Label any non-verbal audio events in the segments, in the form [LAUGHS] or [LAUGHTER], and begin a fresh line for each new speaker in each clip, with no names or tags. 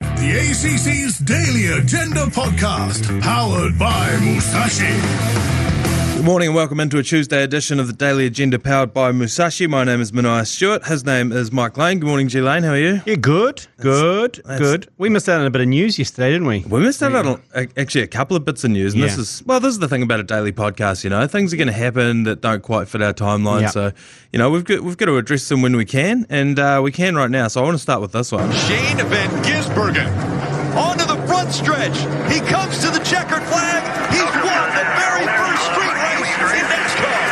The ACC's Daily Agenda podcast, powered by Musashi.
Good morning and welcome into a Tuesday edition of the Daily Agenda powered by Musashi. My name is Mania Stewart. His name is Mike Lane. Good morning, G Lane. How are you?
Yeah, good, good,
that's-
good. We missed out on a bit of news yesterday, didn't we?
We missed out on a- actually a couple of bits of news, and this
Yeah.
is well, this is the thing about a daily podcast. You know, things are going to happen that don't quite fit our timeline.
Yeah.
So, you know, we've got we've got to address them when we can, and uh, we can right now. So, I want to start with this one.
Shane Van Gisbergen. Onto the front stretch. He comes to the checkered flag. He's won the very first street race in NASCAR.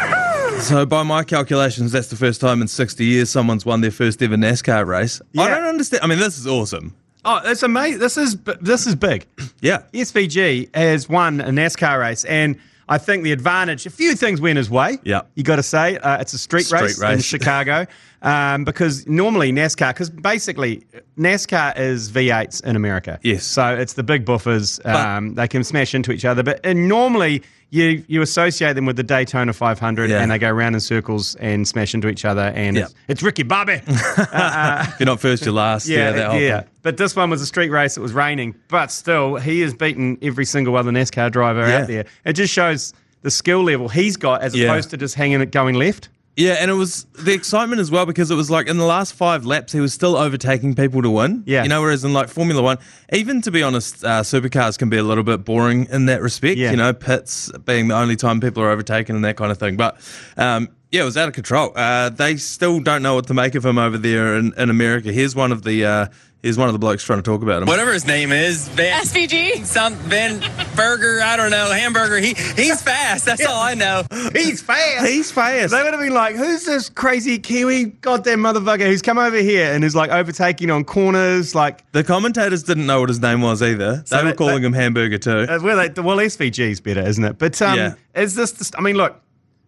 Thank you, God.
So, by my calculations, that's the first time in 60 years someone's won their first ever NASCAR race. I
Yeah.
don't understand. I mean, this is awesome.
Oh, that's amazing. This is b- this is big.
Yeah.
SVG has won a NASCAR race, and I think the advantage. A few things went his way.
Yeah.
you got to say uh, it's a street,
Street
race, in
race. [LAUGHS]
Chicago, um, because normally NASCAR, because basically NASCAR is V8s in America.
Yes.
so it's the big buffers. Um, they can smash into each other, but and normally. You, you associate them with the Daytona 500
Yeah.
and they go round in circles and smash into each other and
Yeah.
it's, it's Ricky Bobby [LAUGHS]
If you're not first, you're last. Yeah, that whole thing.
But this one was a street race. It was raining, but still, he has beaten every single other NASCAR driver
Yeah.
out there. It just shows the skill level he's got as
Yeah.
opposed to just hanging it going left.
Yeah, and it was the excitement as well because it was like in the last five laps he was still overtaking people to win.
Yeah.
you know, whereas in like Formula One, even to be honest, uh, supercars can be a little bit boring in that respect.
Yeah.
You know, pits being the only time people are overtaken and that kind of thing. But um, yeah, it was out of control. Uh, they still don't know what to make of him over there in, in America. Here's one of the uh, here's one of the blokes trying to talk about him.
whatever his name is, Van
SVG.
some Van Burger, I don't know, hamburger. He he's fast. That's all I know.
He's fast.
He's fast.
They would have been like, "Who's this crazy Kiwi goddamn motherfucker who's come over here and is like overtaking on corners?" Like,
The commentators didn't know what his name was either. they were
they-
calling
they-
him Hamburger too.
uh, well, they, well, SVG's better, isn't it? But um,
Yeah.
is this? The, st- I mean, look.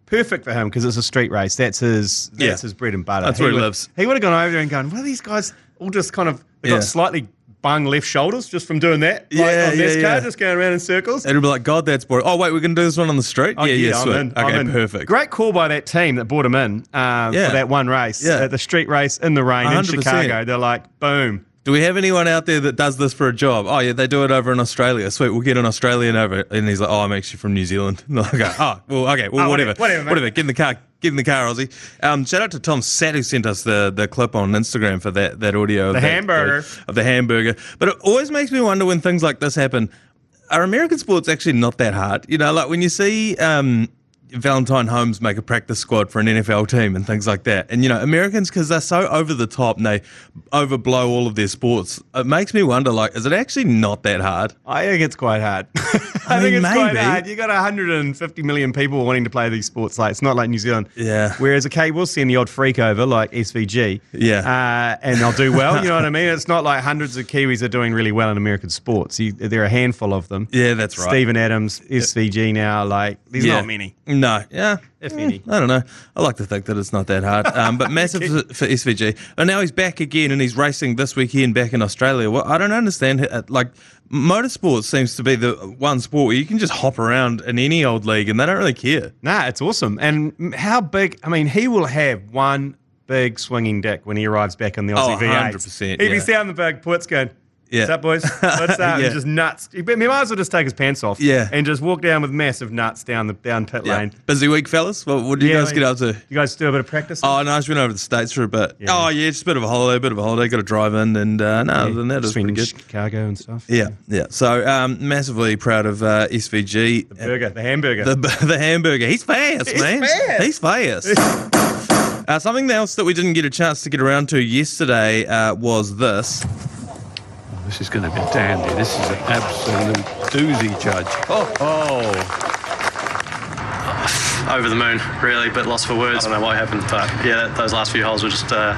Perfect for him because it's a street race. That's his.
Yeah.
That's his bread and butter.
That's where he
would-
lives.
He would have gone over there and gone. What are these guys all just kind of? They
Yeah.
got slightly bung left shoulders just from doing that. Like
Yeah,
on
yeah,
this
yeah.
car, just going around in circles.
It'll be like, God, that's boring. Oh, wait, we're going to do this one on the street?
Oh,
yeah, yeah,
I'm
sweet.
in,
okay,
I'm in.
perfect.
Great call by that team that brought him in uh,
Yeah.
for that one race,
Yeah.
uh, the street race in the rain in
100%.
Chicago. They're like, boom.
Do we have anyone out there that does this for a job? Oh, yeah, they do it over in Australia. Sweet, we'll get an Australian over. And he's like, oh, I'm actually from New Zealand. [LAUGHS] And I go, oh, well, okay, well,
Oh,
whatever.
whatever, whatever, mate.
Get in the car. Get in the car, Aussie. Um, shout out to Tom Sat who sent us the, the clip on Instagram for that, that audio. The of that-
hamburger.
of the hamburger. But it always makes me wonder when things like this happen. Are American sports actually not that hard? You know, like when you see um, Valentine Holmes make a practice squad for an NFL team and things like that. And, you know, Americans, because they're so over the top and they overblow all of their sports, it makes me wonder, like, is it actually not that hard?
I think it's quite hard. [LAUGHS] I,
mean,
think it's quite
maybe.
hard. You got 150 million people wanting to play these sports. Like it's not like New Zealand.
Yeah.
Whereas okay, we'll send the odd freak over like SVG.
Yeah.
Uh, and they'll do well. you know what I mean? It's not like hundreds of Kiwis are doing really well in American sports. You, there are a handful of them.
Yeah, that's right.
Stephen Adams, SVG now. Like there's
yeah.
not many.
No. Yeah. Eh,
If any.
I don't know. I like to think that it's not that
[LAUGHS]
hard. Um, but massive for, for SVG. And now he's back again and he's racing this weekend back in Australia. Well, I don't understand. uh, Like, motorsport seems to be the one sport where you can just hop around in any old league and they don't really care.
Nah, it's awesome. And m- how big? I mean, he will have one big swinging dick when he arrives back on the Aussie
Oh,
V8.
100%,
He'd
yeah.
be sitting on the big puts going,
Yeah.
What's up,
[LAUGHS]
boys? What's up?
Yeah.
And just nuts. He he might as well just take his pants off
Yeah.
and just walk down with massive nuts down the down pit
Yeah.
lane.
Busy week, fellas. What, what do you
Yeah,
guys
I
get
mean,
up to?
You guys do a bit of practice?
Oh, no, I just went over to the States for a bit.
Yeah.
Oh, yeah, just a bit of a holiday, bit of a holiday. Got to drive in and uh, no, other than that, it was
Just been
pretty
in
good.
Chicago and stuff.
yeah, yeah. So um, massively proud of uh, SVG.
Burger, the hamburger.
The, the hamburger. He's fast, man.
fast.
He's
[LAUGHS]
fast. uh, something else that we didn't get a chance to get around to yesterday uh, was this.
This is going to be a dandy. This is an absolute doozy, Judge. Oh, oh.
over the moon, really, but lost for words. I don't know what happened, but yeah, that, those last few holes were just, uh,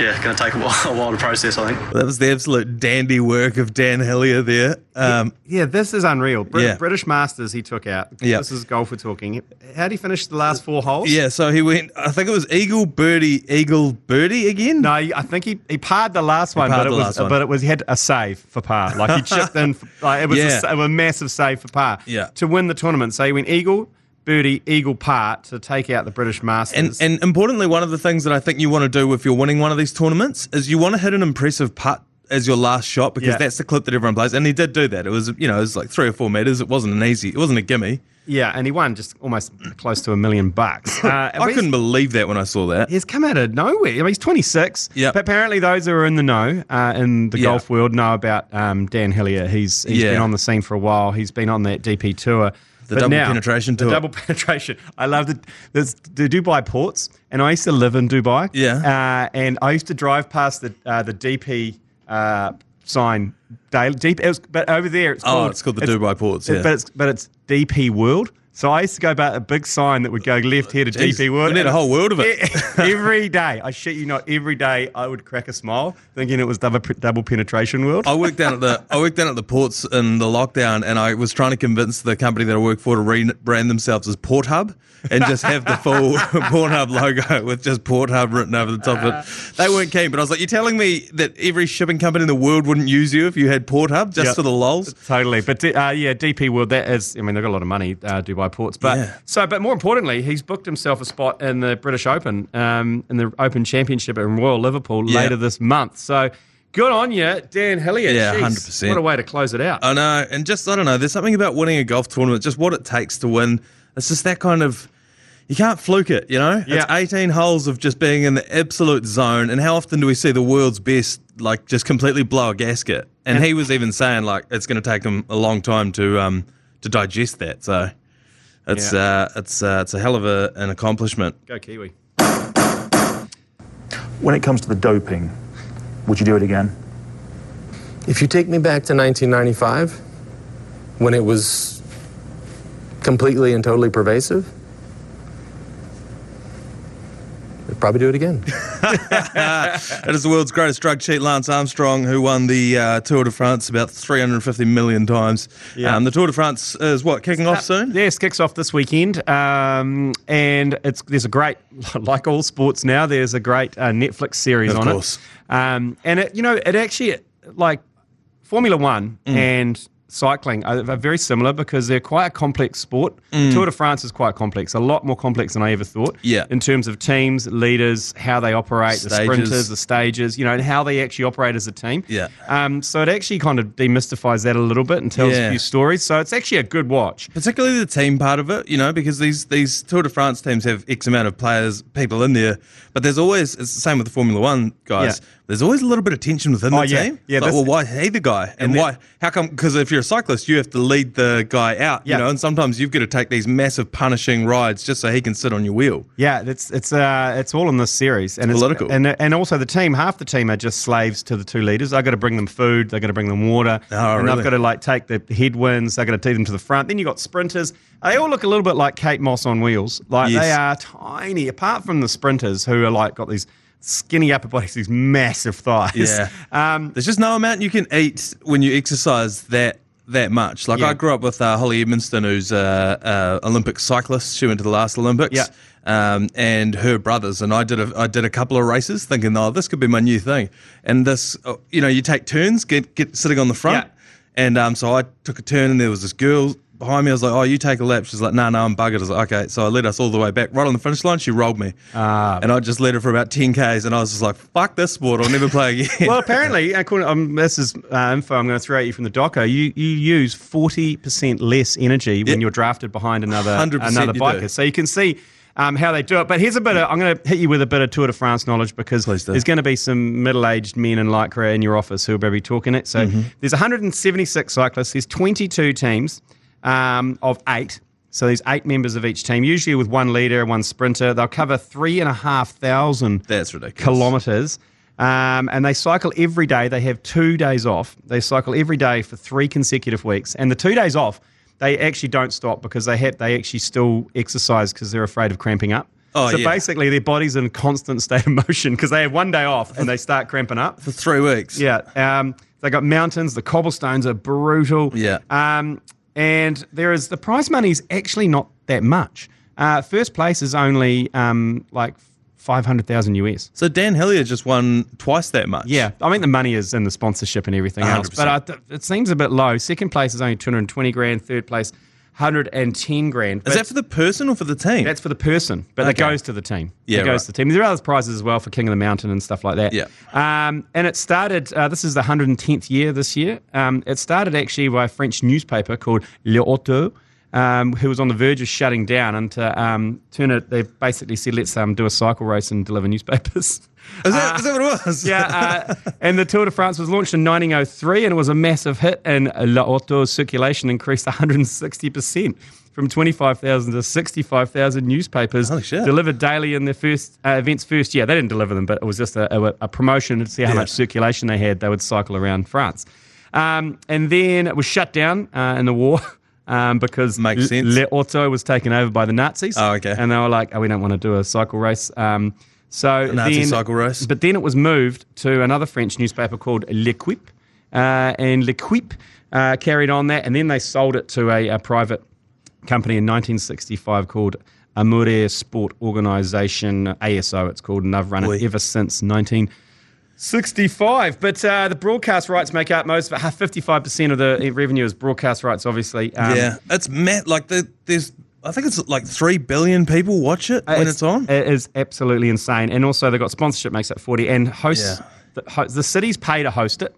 yeah, going to take a [LAUGHS] while, a while to process, I think.
That was the absolute dandy work of Dan Hillier there. Um,
yeah, this is unreal. Brit-
Yeah.
British Masters, he took out.
Yeah.
This is golf we're talking. How would he finish the last four holes?
yeah, so he went, I think it was Eagle Birdie, Eagle Birdie again?
No, he- I think he, he parred the last one,
parred
but it
the
was
last one.
but it was he had a save for par.
[LAUGHS]
Like he chipped in, for, like it was
Yeah.
a, sa- a massive save for par
Yeah.
to win the tournament. So he went eagle, booty eagle part to take out the British
And,
Masters.
and importantly, one of the things that I think you want to do if you're winning one of these tournaments is you want to hit an impressive putt as your last shot because
Yeah.
that's the clip that everyone plays. And he did do that. It was, you know, it was like three or four meters. It wasn't an easy, it wasn't a gimme.
yeah, and he won just almost close to a
[LAUGHS]
million bucks. Uh, but
I
he's-
couldn't believe that when I saw that.
He's come out of nowhere. I mean, he's 26.
Yep.
But apparently, those who are in the know uh, in the
Yeah.
golf world know about um, Dan Hillier. He's he's
Yeah.
been on the scene for a while. He's been on that DP tour.
The double penetration
the
tour.
double [LAUGHS] penetration. I love the, there's the Dubai ports, and I used to live in Dubai.
Yeah.
Uh, and I used to drive past the uh, the DP uh, sign daily. Deep, it was, but over there, it's
Oh,
called,
it's called the Dubai ports, yeah.
but it's but it's DP World. So I used to go about a big sign that would go left here to
Jeez,
DP World. E-,
we need a whole world of it.
[LAUGHS] every day, I shit you not, every day I would crack a smile thinking it was double, double penetration world.
I worked down at the I worked down at the ports in the lockdown, and I was trying to convince the company that I work for to rebrand themselves as Port Hub and just have the full [LAUGHS] Port Hub logo with just Port Hub written over the top of it. They weren't keen, but I was like, "You're telling me that every shipping company in the world wouldn't use you if you had Port Hub just
Yeah.
for the lols?"
Totally, but uh, yeah, DP World. That is, I mean, they've got a lot of money, uh, Dubai Ports. But
Yeah.
so, but more importantly, he's booked himself a spot in the British Open, um, in the Open Championship in Royal Liverpool
Yeah.
later this month. So good on you, Dan Hillier.
Yeah, Uh,
Jeez,
100%.
What a way to close it out.
I know, and just I don't know. There's something about winning a golf tournament, just what it takes to win. It's just that kind of you can't fluke it, you know.
Yeah.
It's 18 holes of just being in the absolute zone, and how often do we see the world's best like just completely blow a gasket? And, he was even saying like it's going to take him a long time to um to digest that. So it's uh it's uh, it's a hell of a, an accomplishment.
Go Kiwi.
When it comes to the doping, would you do it again?
If you take me back to 1995, when it was completely and totally pervasive, I'd probably do it again.
It is the world's greatest drug cheat, Lance Armstrong, who won the uh, Tour de France about 350 million times.
Yeah.
Um, the Tour de France is what kicking off soon.
Yes, kicks off this weekend, um, and it's there's a great [LAUGHS] like all sports now. There's a great uh, Netflix series
Of
on
course.
it, um, and it you know it actually like Formula One
Mm.
and cycling are, are very similar because they're quite a complex sport. Tour de France is quite complex, a lot more complex than I ever thought.
Mm. Yeah.
in terms of teams, leaders, how they operate, the
Stages.
sprinters, the stages, you know, and how they actually operate as a team.
Yeah.
um, so it actually kind of demystifies that a little bit and tells
Yeah.
a few stories. So it's actually a good watch.
particularly the team part of it, you know, because these these Tour de France teams have X amount of players, people in there, but there's always it's the same with the Formula One guys.
Yeah.
There's always a little bit of tension within
Oh,
the
yeah.
team.
Yeah,
like,
this-
well, why he the guy, and,
then-
why? How come? Because if you're a cyclist, you have to lead the guy out,
Yeah.
you know, and sometimes you've got to take these massive punishing rides just so he can sit on your wheel.
Yeah, it's it's uh it's all in this series and it's,
Political.
and and also the team. Half the team are just slaves to the two leaders. They have got to bring them food. They have got to bring them water.
Oh,
and
really?
they've got to like take the headwinds. They have got to take them to the front. Then you have got sprinters. They all look a little bit like Kate Moss on wheels. Like
Yes.
they are tiny, apart from the sprinters who are like got these skinny upper bodies, these massive thighs.
Yeah.
Um,
There's just no amount you can eat when you exercise that that much. Like
Yeah.
I grew up with uh, Holly Edmonston, who's a, a Olympic cyclist. She went to the last Olympics.
Yeah.
Um, and her brothers and I did a I did a couple of races, thinking, oh, this could be my new thing. And this, uh, you know, you take turns, get get sitting on the front.
Yeah.
And um, so I took a turn, and there was this girl behind me. I was like, "Oh, you take a lap." She's like, "No, no, I'm buggered." I was like, "Okay." So I led us all the way back, right on the finish line. She rolled me,
Ah.
and I just led her for about ten k's. And I was just like, "Fuck this sport! I'll never
[LAUGHS]
play again." [LAUGHS]
well, apparently, according um, this is uh, info I'm going to throw at you from the docker. You you use forty percent less energy when
Yeah.
you're drafted behind another
100%
another
you
biker.
do.
So you can see. Um, how they do it, but here's a bit. Of, I'm going to hit you with a bit of Tour de France knowledge because
Please do.
there's going to be some middle-aged men in lycra in your office who will be talking it. So
Mm-hmm.
there's 176 cyclists. There's 22 teams um, of eight. So there's eight members of each team, usually with one leader, one sprinter. They'll cover three and a half thousand
That's ridiculous.
kilometers. Um, and they cycle every day. They have two days off. They cycle every day for three consecutive weeks. And the two days off, they actually don't stop because they have they actually still exercise because they're afraid of cramping up.
Oh,
so
yeah.
basically, their body's in a constant state of [LAUGHS] motion because they have one day
[LAUGHS]
off and they start cramping up.
for three weeks.
Yeah. Um, they got mountains. The cobblestones are brutal.
Yeah.
Um, and there is the prize money is actually not that much. Uh, first place is only um, like five hundred thousand US.
So Dan Hillier just won twice that much.
Yeah, I mean the money is in the sponsorship and everything else, Uh-huh. but uh, I,
100%.
th- it seems a bit low. Second place is only two hundred twenty grand. Third place, 110 grand.
Is
But
that for the person or for the team?
that's for the person, but it
Okay.
goes to the team.
Yeah,
it goes
right.
to the team. There are other prizes as well for King of the Mountain and stuff like that.
Yeah.
Um, and it started. Uh, this is the 110th year this year. Um, it started actually by a French newspaper called Le Auto. Um, who was on the verge of shutting down and to um, turn it, they basically said, let's um, do a cycle race and deliver newspapers. [LAUGHS]
is, that, is that what it was?
Ah.
[LAUGHS]
yeah, uh, and the Tour de France was launched in 1903 and it was a massive hit, and La Auto's circulation increased 160% from 25,000 to 65,000 newspapers
Holy shit.
delivered daily in their first uh, events first year. They didn't deliver them, but it was just a, a, a promotion to see how
Yeah.
much circulation they had. They would cycle around France. Um, and then it was shut down uh, in the war. [LAUGHS] Um, because
Makes
Le-
sense.
Le Auto was taken over by the Nazis.
Oh, okay.
And they were like, oh, we don't want to do a cycle race. Um, so
Nazi
then-
cycle race.
But then it was moved to another French newspaper called L'Equipe, uh, and L'Equipe uh, carried on that, and then they sold it to a, a private company in 1965 called Amure Sport Organisation ASO. It's called, and they've run
Oi.
it ever since 1965. But uh, the broadcast rights make up most of it. 55% of the eh, revenue is broadcast rights, obviously. Um,
yeah. It's Matt. Like the, there's, I think it's like three billion people watch it
Uh,
when it's, on.
It is absolutely insane. And also, they've got sponsorship makes it 40 and hosts.
Yeah.
The, ho- the cities pay to host it.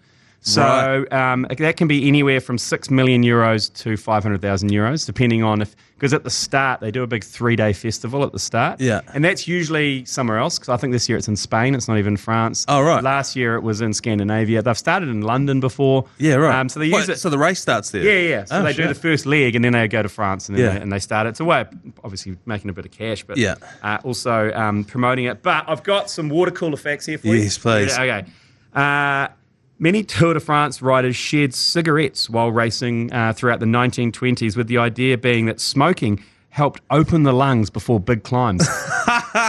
So um, that can be anywhere from 6 million euros to 500,000 euros, depending on if, because at the start, they do a big three day festival at the start.
Yeah.
And that's usually somewhere else, because I think this year it's in Spain, it's not even France.
Oh, right.
Last year it was in Scandinavia. They've started in London before.
yeah, right.
Um, so they
Wait,
use it.
So the race starts there.
Yeah, yeah. So
Oh,
they do the
shit.
first leg, and then they go to France, and then
Yeah.
they, and they start. it. It's a way of obviously making a bit of cash, but
Yeah.
uh, also um, promoting it. But I've got some water cooler facts here for you.
Yes, please.
Okay. Uh, many Tour de France riders shared cigarettes while racing uh, throughout the 1920s, with the idea being that smoking helped open the lungs before
[LAUGHS]
big climbs.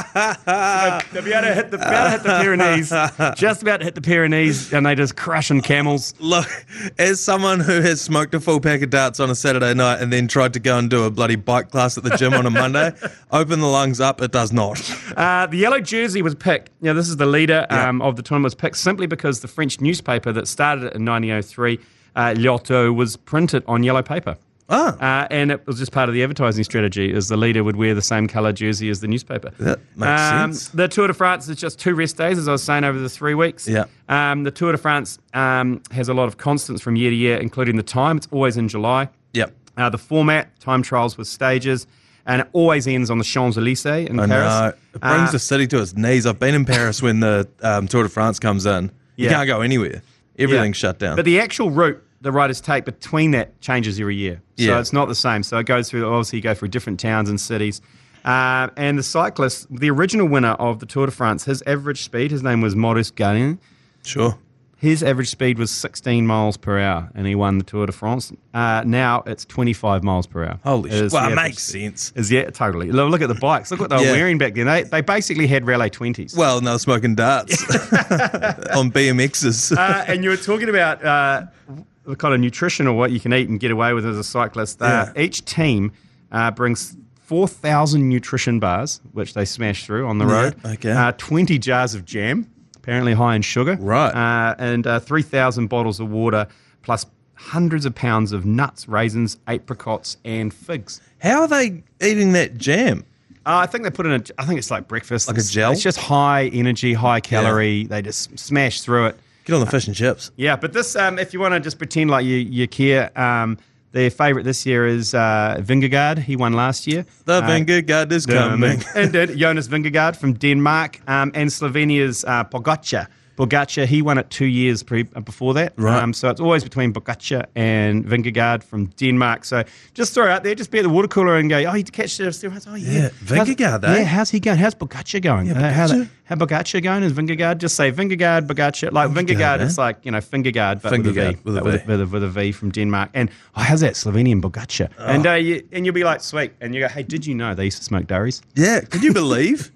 They'll be able to hit the, about to hit the
[LAUGHS]
Pyrenees, just about to hit the Pyrenees, and they just crushing camels.
Look, as someone who has smoked a full pack of darts on a Saturday night and then tried to go and do a bloody bike class at the gym on a
[LAUGHS]
Monday, open the lungs up, it does not.
Uh, the yellow jersey was picked. Now, this is the leader um, of the tournament was picked simply because the French newspaper that started it in 1903, uh, L'Auto, was printed on yellow paper.
Ah.
Uh, and it was just part of the advertising strategy, is the leader would wear the same colour jersey as the newspaper. Um,
That makes sense.
The Tour de France is just two rest days, as I was saying, over the three weeks.
Yeah.
Um, the Tour de France um, has a lot of constants from year to year, including the time. It's always in July.
Yep.
Uh, the format, time trials with stages, and it always ends on the Champs Elysees in
I
Paris.
know. It brings
Uh,
the city to its knees. I've been in Paris when the um, Tour de France comes in. You
Yeah.
can't go anywhere. Everything's
Yeah.
shut down.
But the actual route the riders take between that changes every year. So
Yeah.
it's not the same. So it goes through, obviously, you go through different towns and cities. Uh, and the cyclist, the original winner of the Tour de France, his average speed, his name was Maurice Garin.
sure.
His average speed was 16 miles per hour, and he won the Tour de France. Uh, now it's 25 miles per hour.
Holy
Is
shit. Well,
the
it
average
makes
speed.
sense.
Is yeah, totally. Look, look at the bikes. Look what they were
Yeah.
wearing back then. They, they basically had Raleigh 20s.
Well, no smoking darts
[LAUGHS]
on BMXs.
uh, and you were talking about uh, the kind of nutrition or what you can eat and get away with as a cyclist. Uh,
Yeah.
Each team uh, brings 4,000 nutrition bars, which they smash through on the
Yeah,
road.
okay.
Uh, 20 jars of jam, apparently high in sugar.
Right.
Uh, and uh, 3,000 bottles of water, plus hundreds of pounds of nuts, raisins, apricots, and figs.
How are they eating that jam?
Uh, I think they put in a. I think it's like breakfast.
Like a
It's-
gel?
It's just high energy, high calorie. They just smash through it.
Get on the fish and chips.
Yeah, but this, um, if you want to just pretend like you, you care, um, their favourite this year is uh, Vingegaard. He won last year.
The
Uh,
Vingegaard is coming.
and then Jonas Vingegaard from Denmark um, and Slovenia's uh, Pogacar. Pogacar, he won it two years pre- uh, before that.
Right.
Um, so it's always between Pogacar and Vingegaard from Denmark. So just throw it out there, just be at the water cooler and go, oh, you catch this. Oh, yeah.
Yeah, Vingegaard,
How's,
eh?
yeah, how's he going? How's Pogacar going?
Yeah,
Uh, how,
Pogacar.
how Pogacar going? Is Vingegaard? Just say Vingegaard, Pogacar. Like Vingegaard,
eh?
it's like, you know, Fingergaard, but
Vingegaard
with a V. uh, With a, with, a, with a V from Denmark. And oh, how's that Slovenian Bogacha? And uh, you, and you'll be like, sweet. And you go, hey, did you know they used to smoke dairies?
[LAUGHS] Yeah, could you believe?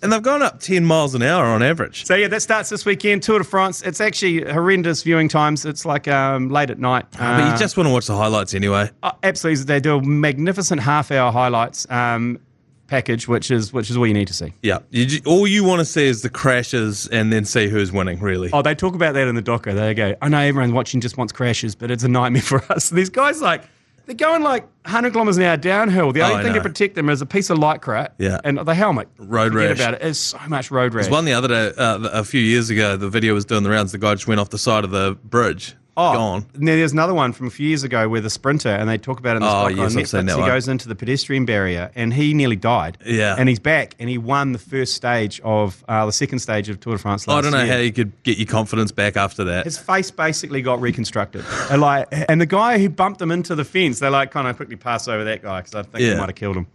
and they've gone up 10 miles an hour on average.
So yeah, that starts this weekend. Tour de France. It's actually horrendous viewing times. It's like um, late at night.
but
Uh,
you just want to watch the highlights anyway.
uh, absolutely, they do a magnificent half-hour highlights um, package, which is which is all you need to see.
Yeah. You, ju- all you want to see is the crashes and then see who's winning, really.
Oh, they talk [LAUGHS] about that in the docker. They go, I know everyone watching just wants crashes, but it's a nightmare for us. These guys like. They're going like 100 kilometers an hour downhill. The
Oh,
only
I
thing to
know.
protect them is a piece of lycra
Yeah.
and the helmet.
Road
Forget
rash.
about it. It's so much road rash.
There's one the other day, uh, th- a few years ago, the video was doing the rounds. The guy just went off the side of the bridge.
Oh,
Gone.
Now there's another one from a few years ago where the sprinter, and they talk about it in this
Oh,
doc on
yes, I've seen
Netflix,
that
he
one.
goes into the pedestrian barrier and he nearly died.
Yeah.
And he's back and he won the first stage of uh, the second stage of Tour de France last
I don't know
year.
how you could get your confidence back after that.
his face basically got reconstructed, and like, and the guy who bumped him into the fence, they like kind of quickly pass over that guy because I think
Yeah.
he might
[LAUGHS]
have killed him.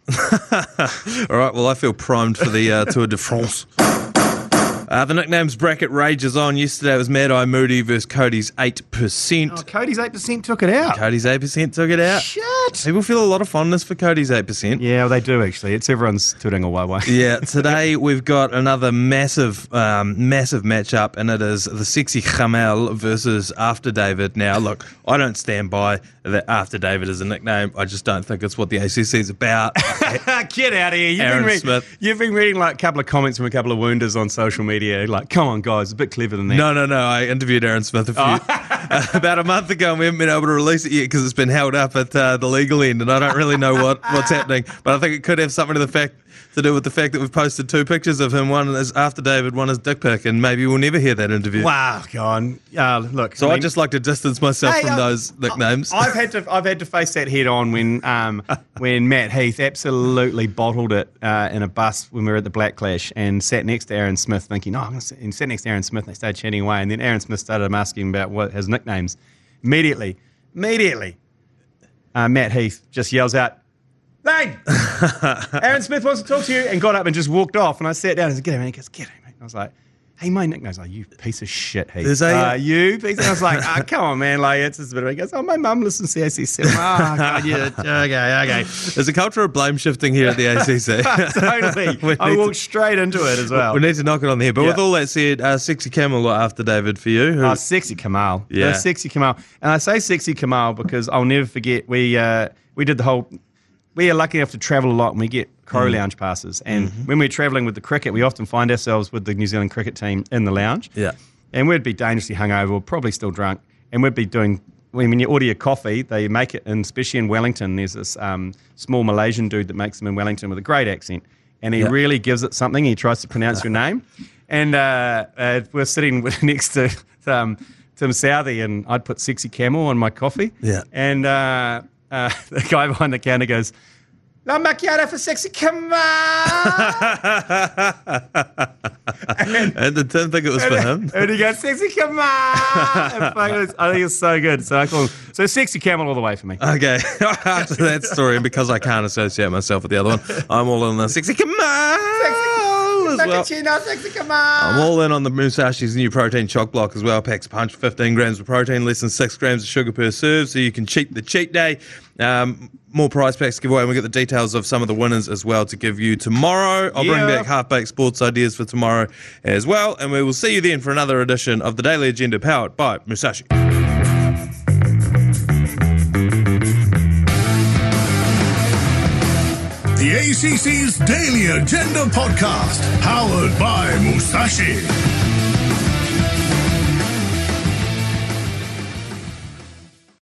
All right, well, I feel primed for the uh, Tour de France. Uh, the nicknames bracket rages on. Yesterday it was Mad Eye Moody versus Cody's 8%.
Oh, Cody's eight percent took it out.
Cody's 8% took it out.
Shit.
People feel a lot of fondness for Cody's 8%.
Yeah, well, they do actually. It's everyone's tooting away way.
Yeah, today we've got another massive, um, massive matchup, and it is the sexy Jamal versus After David. Now, look, I don't stand by that After David is a nickname. I just don't think it's what the ACC is about.
[LAUGHS] Get out of here. You've
Aaron
been, read-
Smith.
you've been reading like a couple of comments from a couple of wounders on social media. Like, come on, guys, a bit clever than that.
No, no, no. I interviewed Aaron Smith a few, [LAUGHS] about a month ago, and we haven't been able to release it yet because it's been held up at uh, the legal end, and I don't really know what, what's happening. But I think it could have something to the fact to do with the fact that we've posted two pictures of him. One is after David, one is dick pic, and maybe we'll never hear that interview.
Wow, go on. Uh, look.
So I,
mean-
just like to distance myself
Hey,
from
uh,
those nicknames.
I've had to I've had to face that head on
[LAUGHS]
when um, when Matt Heath absolutely bottled it uh, in a bus when we were at the Black Clash and sat next to Aaron Smith thinking, oh, I'm gonna sit, and sat next to Aaron Smith and they started chatting away and then Aaron Smith started asking about what his nicknames. Immediately, immediately, uh, Matt Heath just yells out,
[LAUGHS]
"Lane, Aaron Smith wants to talk to you," and got up and just walked off. And I sat down and said, "Get him," and he goes, "Get him." mate." And I was like. Hey, my nickname's like, you piece of shit, Heath.
Is that
Uh,
it?
you piece. And I was like, ah, come on, man. Like, it's just a bit of, he goes, oh, my mum listens to ACC. Ah, God,
[LAUGHS]
yeah. Okay, okay.
[LAUGHS] There's a culture of blame shifting here
[LAUGHS]
at the ACC. We
totally. I
need
walked straight into it as
[LAUGHS]
well.
we need to knock it on the head. But
Yeah.
with all that said, uh, sexy camel after David for you. Who,
Oh, sexy Kamal.
Yeah.
Yeah. sexy Kamal. And I say sexy Kamal because I'll never forget we uh, we did the whole. We are lucky enough to travel a lot and we get crow
Mm-hmm.
lounge passes. And when we're traveling with the cricket, we often find ourselves with the New Zealand cricket team in the lounge.
Yeah.
And we'd be dangerously hungover, or probably still drunk. And we'd be doing, when when you order your coffee, they make it, and especially in Wellington, there's this um, small Malaysian dude that makes them in Wellington with a great accent. And he
Yeah.
really gives it something. He tries to pronounce
[LAUGHS]
your name. And uh, uh, we're sitting [LAUGHS] with- next to um, Tim Southey, and I'd put Sexy Camel on my coffee.
Yeah.
And uh, uh, [LAUGHS] the guy behind the counter goes, La macchiata for
[LAUGHS]
Sexy Camel.
and did Tim think it was for him?
[LAUGHS] and he goes, Sexy Camel. And fucking- it's- I think it's so good. So I call him, so Sexy Camel all the way for me.
Okay, [LAUGHS] after that story, and because I can't associate myself with the other one, I'm all in on the sexy Kamal as well.
Sexy Camel.
I'm all in on the Musashi's new protein chock block as well. Packs punch 15 grams of protein, less than 6 grams of sugar per serve, so you can cheat the cheat day. Um, more prize packs to give away, and we've got the details of some of the winners as well to give you tomorrow. I'll bring
Yeah.
back half baked sports ideas for tomorrow as well, and we will see you then for another edition of the Daily Agenda powered by Musashi.
The ACC's Daily Agenda podcast, powered by Musashi.